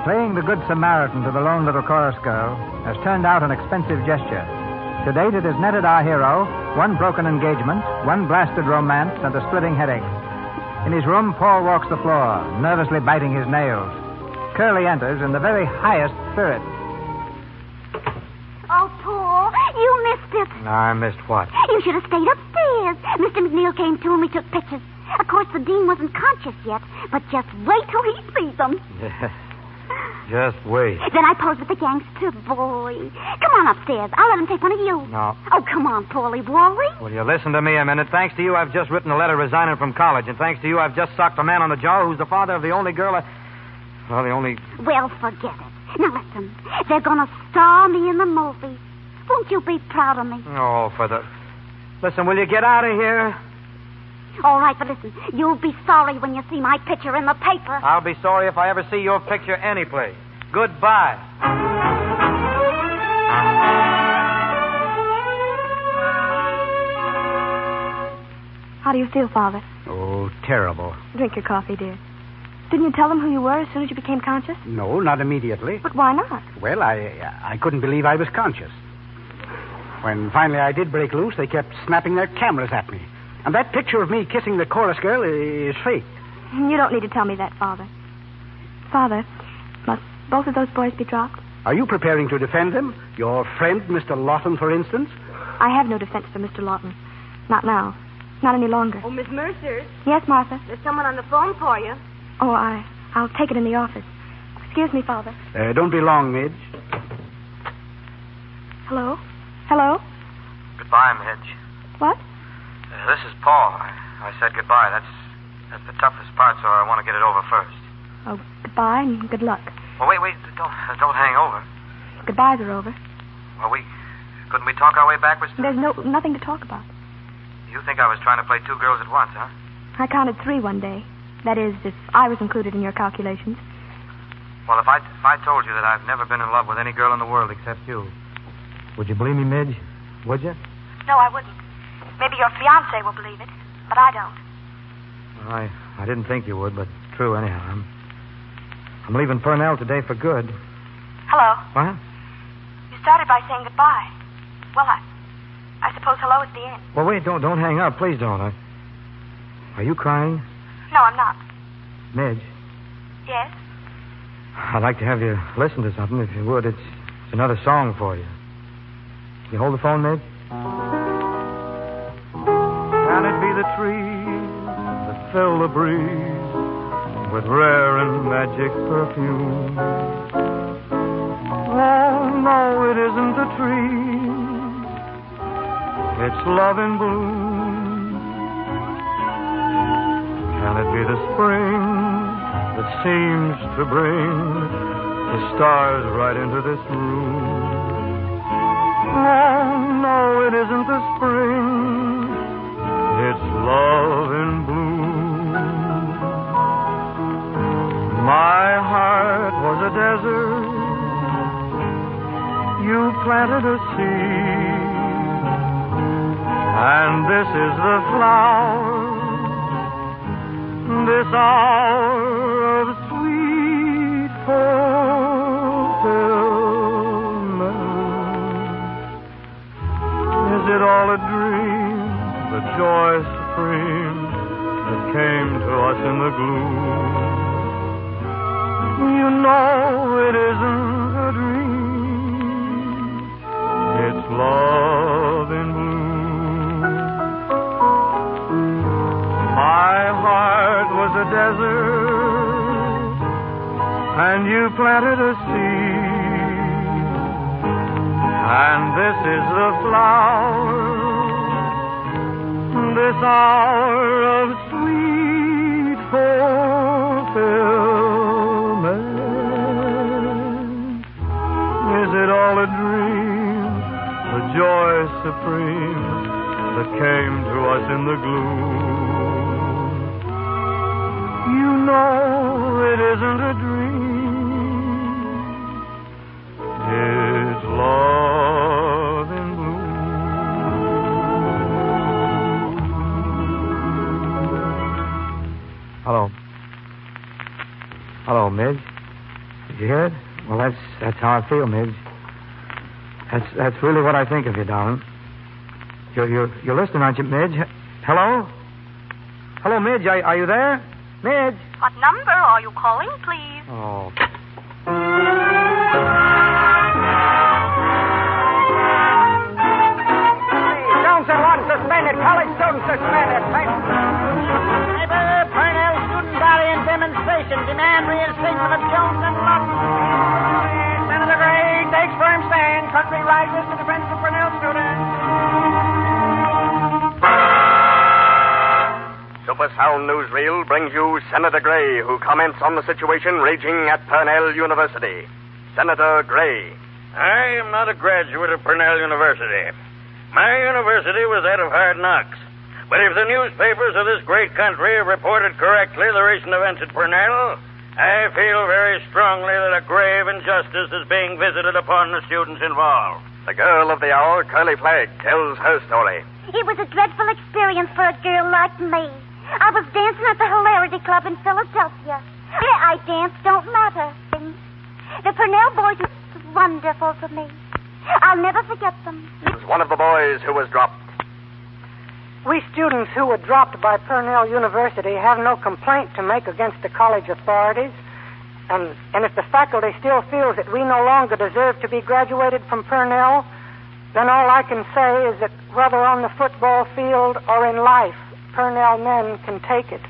Playing the Good Samaritan to the lone little chorus girl has turned out an expensive gesture. To date, it has netted our hero one broken engagement, one blasted romance, and a splitting headache. In his room, Paul walks the floor, nervously biting his nails. Curly enters in the very highest spirit.
Oh, Paul, you missed it.
I missed what?
You should have stayed upstairs. Mr. McNeil came too and we took pictures. Of course, the dean wasn't conscious yet, but just wait till he sees them.
Just wait.
Then I posed with the gangster boy. Come on upstairs. I'll let him take one of you.
No.
Oh, come on, Paulie Wally.
Will you listen to me a minute? Thanks to you, I've just written a letter resigning from college, and thanks to you, I've just socked a man on the jaw who's the father of the only girl I. Well, the only.
Well, forget it. Now listen, they're gonna star me in the movie. Won't you be proud of me?
Oh, for the. Listen, will you get out of here?
All right, but listen, you'll be sorry when you see my picture in the paper.
I'll be sorry if I ever see your picture anyplace. Goodbye.
How do you feel, Father?
Oh, terrible.
Drink your coffee, dear. Didn't you tell them who you were as soon as you became conscious?
No, not immediately.
But why not?
Well, I I couldn't believe I was conscious. When finally I did break loose, they kept snapping their cameras at me. And that picture of me kissing the chorus girl is fake.
You don't need to tell me that, Father. Father, must both of those boys be dropped?
Are you preparing to defend them? Your friend, Mr. Lawton, for instance?
I have no defense for Mr. Lawton. Not now. Not any longer.
Oh, Miss Mercer,
Yes, Martha?
there's someone on the phone for you.
Oh, I, I'll take it in the office. Excuse me, Father.
Uh, don't be long, Midge.
Hello? Hello?
Goodbye, Midge.
What?
Uh, this is Paul. I, I said goodbye. That's that's the toughest part, so I want to get it over first.
Oh, goodbye and good luck.
Well, wait, wait. Don't uh, don't hang over.
Goodbyes are over.
Well, we couldn't we talk our way backwards.
There's no nothing to talk about.
You think I was trying to play two girls at once, huh?
I counted three one day. That is, if I was included in your calculations.
Well, if I if I told you that I've never been in love with any girl in the world except you,
Would you believe me, Midge? Would you?
No, I wouldn't. Maybe your fiance will believe it, but I don't.
I, I didn't think you would, but true anyhow. I'm, I'm leaving Purnell today for good.
Hello.
What?
You started by saying goodbye. Well, I, I suppose hello is the end.
Well, wait, don't don't hang up, please don't. I, are you crying,
No, I'm not.
Midge?
Yes?
I'd like to have you listen to something if you would. It's, it's another song for you. Can you hold the phone, Midge?
Can it be the trees that fill the breeze with rare and magic perfume? Oh, no, it isn't the trees. It's love in bloom. Can it be the spring that seems to bring the stars right into this room? Oh, no, it isn't the spring. It's love in bloom. My heart was a desert. You planted a seed. And this is the flower. This sour of sweet fulfillment. Is it all a dream, the joy supreme that came to us in the gloom? You know it isn't a dream. It's love in bloom. My heart was a desert, and you planted a seed. And this is the flower, this hour of sweet fulfillment. Is it all a dream? The joy supreme that came to us in the gloom. You know it isn't a dream. It's love in bloom.
Hello. Hello, Midge. Did you hear it? Well, that's that's how I feel, Midge. That's that's really what I think of you, darling. You're you're, you're listening, aren't you, Midge? H- Hello. Hello, Midge. Are, are you there, Midge?
What number are you calling, please?
Oh.
Johnson one suspended. College student suspended.
Purnell student body in demonstration. Demand reinstatement of Jones and Lawton. Senator Gray takes firm stand. Country rises to the defense of Purnell students.
Super Sound Newsreel brings you Senator Gray, who comments on the situation raging at Cornell University. Senator Gray.
I am not a graduate of Cornell University. My university was that of hard knocks. But if the newspapers of this great country have reported correctly the recent events at Cornell, I feel very strongly that a grave injustice is being visited upon the students involved.
The girl of the hour, Curly Flagg, tells her story.
It was a dreadful experience for a girl like me. I was dancing at the Hilarity Club in Philadelphia. Where I dance don't matter. The Purnell boys were wonderful for me. I'll never forget them.
Is one of the boys who was dropped.
We students who were dropped by Purnell University have no complaint to make against the college authorities. And, and if the faculty still feels that we no longer deserve to be graduated from Purnell, then all I can say is that whether on the football field or in life, Purnell men can take it.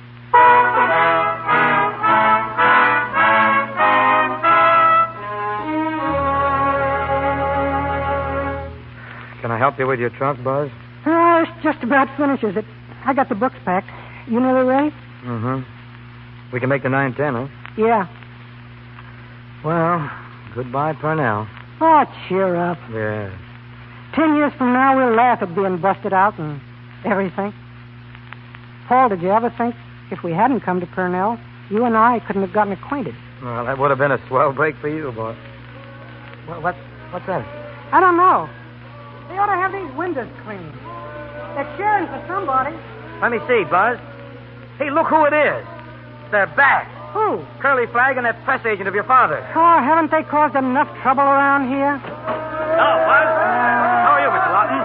Can I help you with your trunk, Buzz?
Oh, this just about finishes it. I got the books packed. You know the way?
Mm-hmm. We can make the nine ten, huh?
Yeah.
Well, goodbye, Purnell.
Oh, cheer up.
Yeah.
Ten years from now, we'll laugh at being busted out and everything. Paul, did you ever think if we hadn't come to Purnell, you and I couldn't have gotten acquainted?
Well, that would have been a swell break for you, boy. What, what what's that?
I don't know. They ought to have these windows cleaned. They're cheering for somebody.
Let me see, Buzz. Hey, look who it is. They're back.
Who?
Curly Flag and that press agent of your father.
Oh, haven't they caused enough trouble around here?
Hello, Buzz. How are you, Mr. Lawton?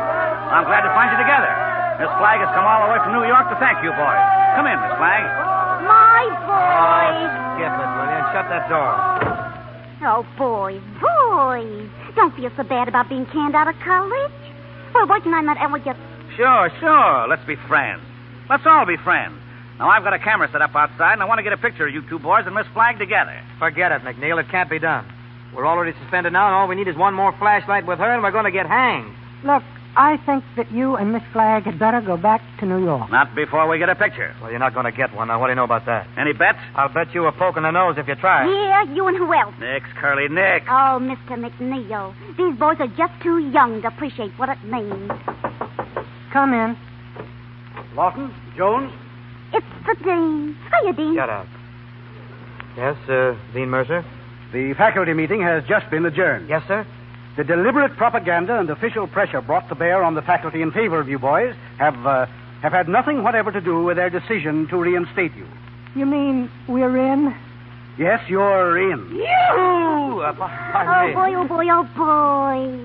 I'm glad to find you together. Miss Flagg has come all the way from New York to thank you boys. Come in, Miss Flagg. Oh,
My boys.
Skip it, will you? And shut that door.
Oh, boys, boys. Don't feel so bad about being canned out of college. Well, why can I not ever get...
Sure, sure. Let's be friends. Let's all be friends. Now, I've got a camera set up outside, and I want to get a picture of you two boys and Miss Flagg together.
Forget it, McNeil. It can't be done. We're already suspended now, and all we need is one more flashlight with her, and we're going to get hanged.
Look, I think that you and Miss Flagg had better go back to New York.
Not before we get a picture.
Well, you're not going to get one. Now, what do you know about that?
Any bets?
I'll bet you a poke in the nose if you try.
Yeah, you and who else?
Nix, Curly, Nick.
Oh, Mr. McNeil, these boys are just too young to appreciate what it means.
Come in.
Lawton? Jones?
It's the dean. Hiya, dean.
Shut up. Yes, uh, Dean Mercer?
The faculty meeting has just been adjourned.
Yes, sir.
The deliberate propaganda and official pressure brought to bear on the faculty in favor of you boys have uh, have had nothing whatever to do with their decision to reinstate you.
You mean we're in?
Yes, you're in.
You!
Oh, boy, oh, boy, oh, boy.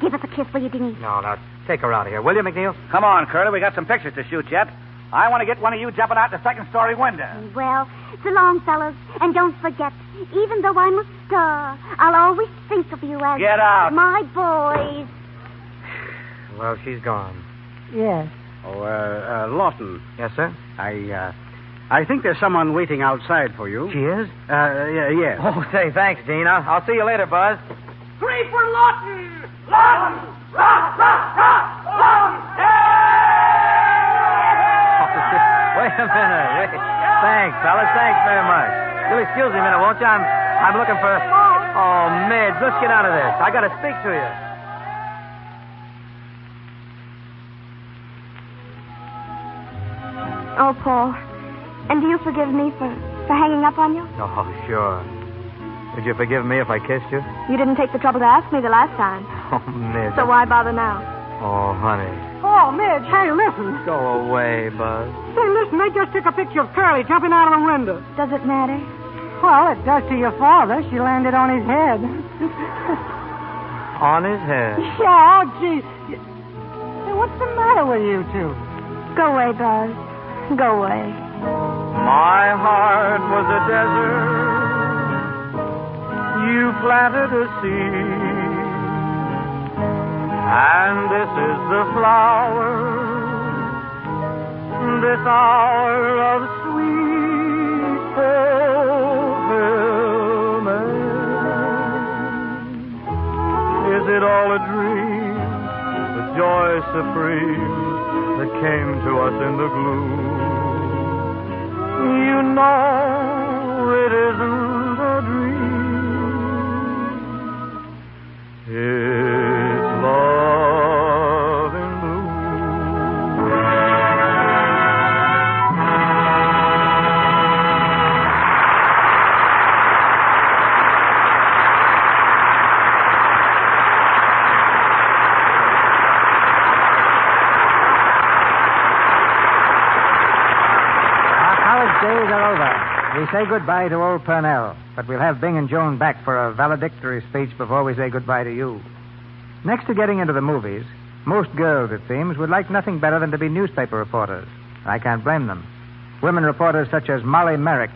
Give us a kiss, will you, Denise?
No, now, take her out of here, will you, McNeil?
Come on, Curly. We got some pictures to shoot yet. I want to get one of you jumping out the second story window.
Well, so long, fellas. And don't forget, even though I'm a star, I'll always think of you as...
Get out.
My boys.
Well, Oh, she's gone.
Yes.
Oh, uh, uh, Lawton.
Yes, sir?
I, uh, I think there's someone waiting outside for you.
She is?
Uh, yeah, yes.
Oh, say, thanks, Gene. I'll, I'll see you later, Buzz.
Three for Lawton! Lawton! Rock, rock, rock! Lawton!
Wait a minute. Wait. Thanks, fellas. Thanks very much. You'll excuse me a minute, won't you? I'm, I'm looking for... Oh, Midge, let's get out of this. I got to speak to you.
Oh, Paul. And do you forgive me for, for hanging up on you?
Oh, sure. Would you forgive me if I kissed you?
You didn't take the trouble to ask me the last time.
Oh, Midge.
So why bother now?
Oh, honey. Oh,
Oh, Midge, hey, listen.
Go away, Buzz.
Say, listen, they just took a picture of Curly jumping out of the window.
Does it matter?
Well, it does to your father. She landed on his head.
On his head.
yeah, oh, gee. Hey, what's the matter with you two?
Go away, Buzz. Go away.
My heart was a desert. You planted a seed. And this is the flower. This hour of sweet fulfillment. Is it all a dream? The joy supreme that came to us in the gloom. You know it isn't a dream. It's love in bloom.
Our college days are over. We say goodbye to old Purnell, but we'll have Bing and Joan back for a valedictory speech before we say goodbye to you. Next to getting into the movies, most girls, it seems, would like nothing better than to be newspaper reporters. I can't blame them. Women reporters such as Molly Merrick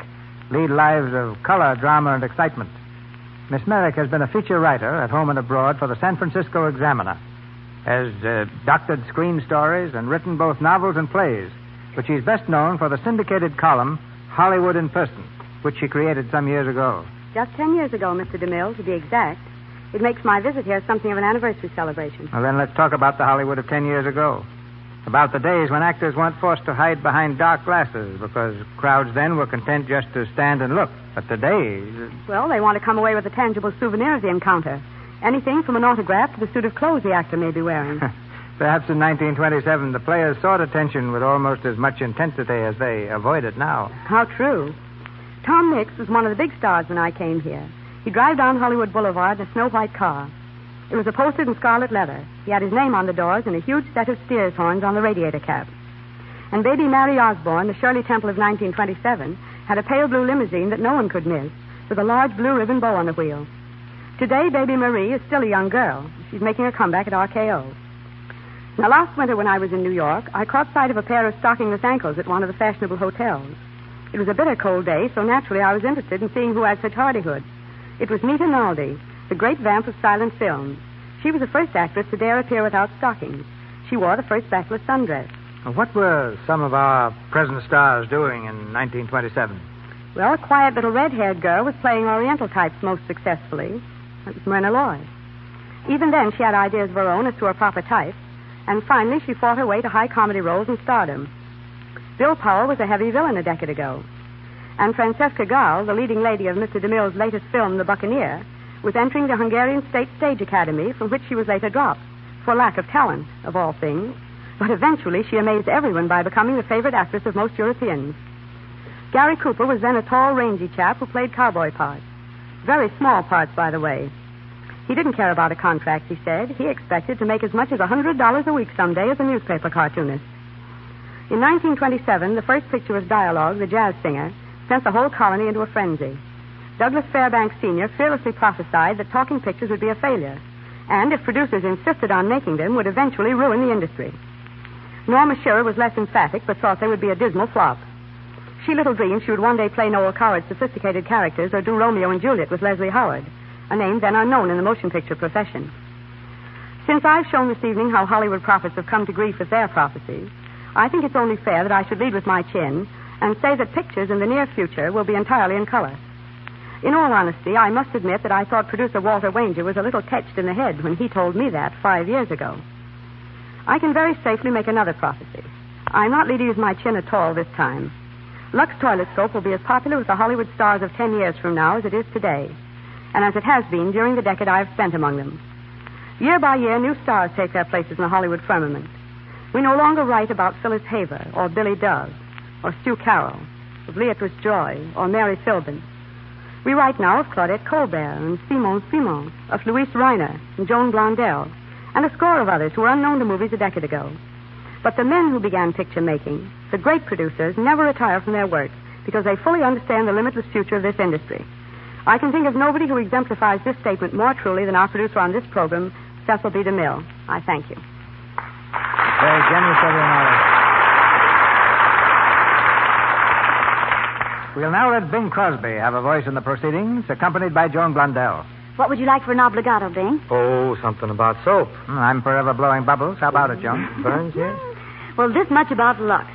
lead lives of color, drama, and excitement. Miss Merrick has been a feature writer at home and abroad for the San Francisco Examiner, has uh, doctored screen stories and written both novels and plays but she's best known for the syndicated column Hollywood in Person, which she created some years ago.
Just ten years ago, Mr. DeMille, to be exact. It makes my visit here something of an anniversary celebration.
Well, then let's talk about the Hollywood of ten years ago. About the days when actors weren't forced to hide behind dark glasses because crowds then were content just to stand and look. But today.
Well, they want to come away with a tangible souvenir of the encounter. Anything from an autograph to the suit of clothes the actor may be wearing.
Perhaps in 1927, the players sought attention with almost as much intensity as they avoid it now.
How true. Tom Mix was one of the big stars when I came here. He drove down Hollywood Boulevard in a snow white car. It was upholstered in scarlet leather. He had his name on the doors and a huge set of steer's horns on the radiator cap. And baby Mary Osborne, the Shirley Temple of 1927, had a pale blue limousine that no one could miss, with a large blue ribbon bow on the wheel. Today, baby Marie is still a young girl. She's making her comeback at RKO. Now, last winter when I was in New York, I caught sight of a pair of stockingless ankles at one of the fashionable hotels. It was a bitter cold day, so naturally I was interested in seeing who had such hardihood. It was Nita Naldi, the great vamp of silent films. She was the first actress to dare appear without stockings. She wore the first backless sundress.
What were some of our present stars doing in 1927?
Well, a quiet little red-haired girl was playing Oriental types most successfully. That was Myrna Loy. Even then, she had ideas of her own as to her proper type and finally she fought her way to high comedy roles and stardom. Bill Powell was a heavy villain a decade ago. And Francesca Gall, the leading lady of Mr. DeMille's latest film, The Buccaneer, was entering the Hungarian State Stage Academy, from which she was later dropped, for lack of talent, of all things. But eventually she amazed everyone by becoming the favorite actress of most Europeans. Gary Cooper was then a tall, rangy chap who played cowboy parts. Very small parts, by the way. He didn't care about a contract, he said. He expected to make as much as a $100 a week someday as a newspaper cartoonist. In 1927, the first picture was Dialogue, the Jazz Singer, sent the whole colony into a frenzy. Douglas Fairbanks Sr. fearlessly prophesied that talking pictures would be a failure, and if producers insisted on making them, would eventually ruin the industry. Norma Shearer was less emphatic, but thought they would be a dismal flop. She little dreamed she would one day play Noel Coward's sophisticated characters or do Romeo and Juliet with Leslie Howard, a name then unknown in the motion picture profession. Since I've shown this evening how Hollywood prophets have come to grief with their prophecies, I think it's only fair that I should lead with my chin and say that pictures in the near future will be entirely in color. In all honesty, I must admit that I thought producer Walter Wanger was a little touched in the head when he told me that five years ago. I can very safely make another prophecy. I'm not leading with my chin at all this time. Lux Toilet Soap will be as popular with the Hollywood stars of ten years from now as it is today, and as it has been during the decade I've spent among them. Year by year, new stars take their places in the Hollywood firmament. We no longer write about Phyllis Haver or Billy Dove or Stu Carroll, of Beatrice Joy or Mary Philbin. We write now of Claudette Colbert and Simon Simon, of Louise Reiner and Joan Blondell, and a score of others who were unknown to movies a decade ago. But the men who began picture making, the great producers, never retire from their work because they fully understand the limitless future of this industry. I can think of nobody who exemplifies this statement more truly than our producer on this program, Cecil B. DeMille. I thank you.
Very generous of you, Mary. We'll now let Bing Crosby have a voice in the proceedings, accompanied by Joan Blundell.
What would you like for an obligato, Bing?
Oh, something about soap.
Hmm, I'm forever blowing bubbles. How about it, Joan?
Burns, yes?
Well, this much about Lux.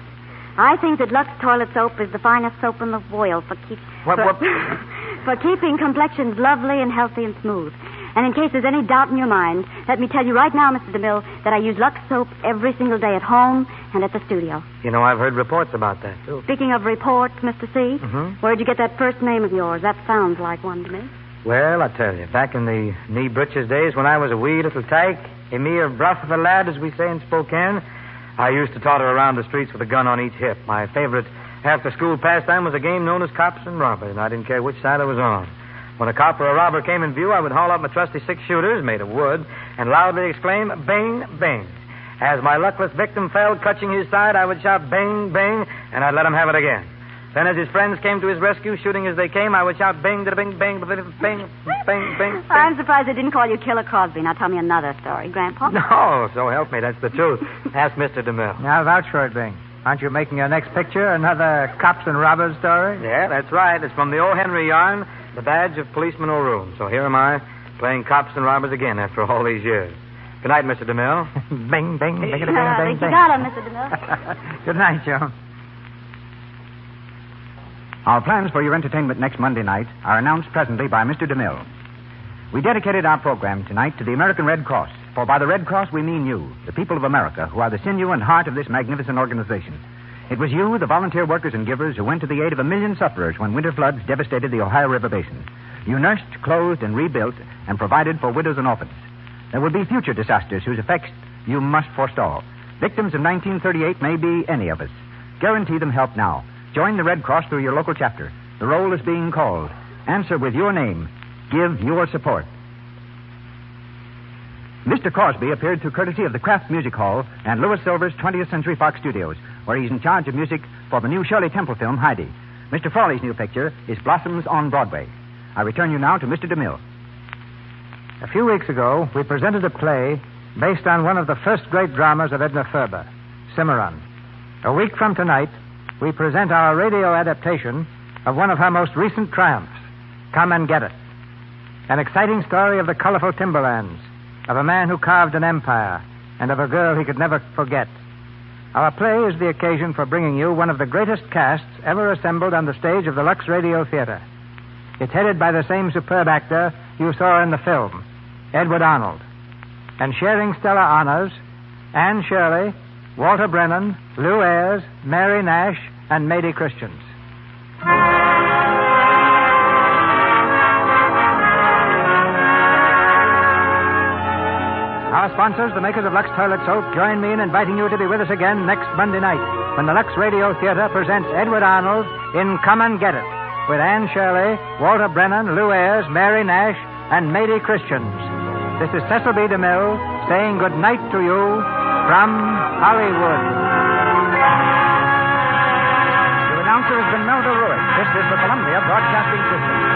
I think that Lux toilet soap is the finest soap in the world for keep
What,
for,
what?
for keeping complexions lovely and healthy and smooth. And in case there's any doubt in your mind, let me tell you right now, Mr. DeMille, that I use Lux soap every single day at home and at the studio.
You know, I've heard reports about that, too.
Speaking of reports, Mr. C,
Mhm.
where'd you get that first name of yours? That sounds like one to me.
Well, I tell you, back in the knee breeches days when I was a wee little tyke, a mere bruff of a lad, as we say in Spokane, I used to totter around the streets with a gun on each hip. My favorite after school pastime was a game known as cops and robbers, and I didn't care which side I was on. When a cop or a robber came in view, I would haul up my trusty six shooters, made of wood, and loudly exclaim, Bing, bing. As my luckless victim fell, clutching his side, I would shout, Bing, bing, and I'd let him have it again. Then, as his friends came to his rescue, shooting as they came, I would shout, Bing, da, bing, bing, da, bing, bing, bing, bing.
I'm surprised they didn't call you Killer Crosby. Now tell me another story, Grandpa.
No, so help me, that's the truth. Ask Mr. DeMille.
Now, vouch for it, Bing. Aren't you making your next picture another cops and robbers story?
Yeah, that's right. It's from the old Henry yarn, The Badge of Policeman O'Roon. So here am I, playing cops and robbers again after all these years. Good night, Mr. DeMille.
bing, bing, bing, bing,
I
bing,
think you
bing.
got him, Mr. DeMille.
Good night, Joan.
Our plans for your entertainment next Monday night are announced presently by Mr. DeMille. We dedicated our program tonight to the American Red Cross, for by the Red Cross we mean you, the people of America, who are the sinew and heart of this magnificent organization. It was you, the volunteer workers and givers, who went to the aid of a million sufferers when winter floods devastated the Ohio River Basin. You nursed, clothed, and rebuilt, and provided for widows and orphans. There will be future disasters whose effects you must forestall. Victims of 1938 may be any of us. Guarantee them help now. Join the Red Cross through your local chapter. The roll is being called. Answer with your name. Give your support. Mr. Crosby appeared through courtesy of the Kraft Music Hall and Louis Silver's 20th Century Fox Studios, where he's in charge of music for the new Shirley Temple film, Heidi. Mr. Frawley's new picture is Blossoms on Broadway. I return you now to Mr. DeMille.
A few weeks ago, we presented a play based on one of the first great dramas of Edna Ferber, Cimarron. A week from tonight, we present our radio adaptation of one of her most recent triumphs, Come and Get It. An exciting story of the colorful timberlands, of a man who carved an empire, and of a girl he could never forget. Our play is the occasion for bringing you one of the greatest casts ever assembled on the stage of the Lux Radio Theater. It's headed by the same superb actor you saw in the film, Edward Arnold. And sharing stellar honors, Anne Shirley, Walter Brennan, Lou Ayres, Mary Nash, and Mady Christians. Our sponsors, the makers of Lux Toilet Soap, join me in inviting you to be with us again next Monday night when the Lux Radio Theater presents Edward Arnold in Come and Get It with Anne Shirley, Walter Brennan, Lou Ayres, Mary Nash, and Mady Christians. This is Cecil B. DeMille saying good night to you from Hollywood. has been Melville Ruick. This is the Columbia Broadcasting System.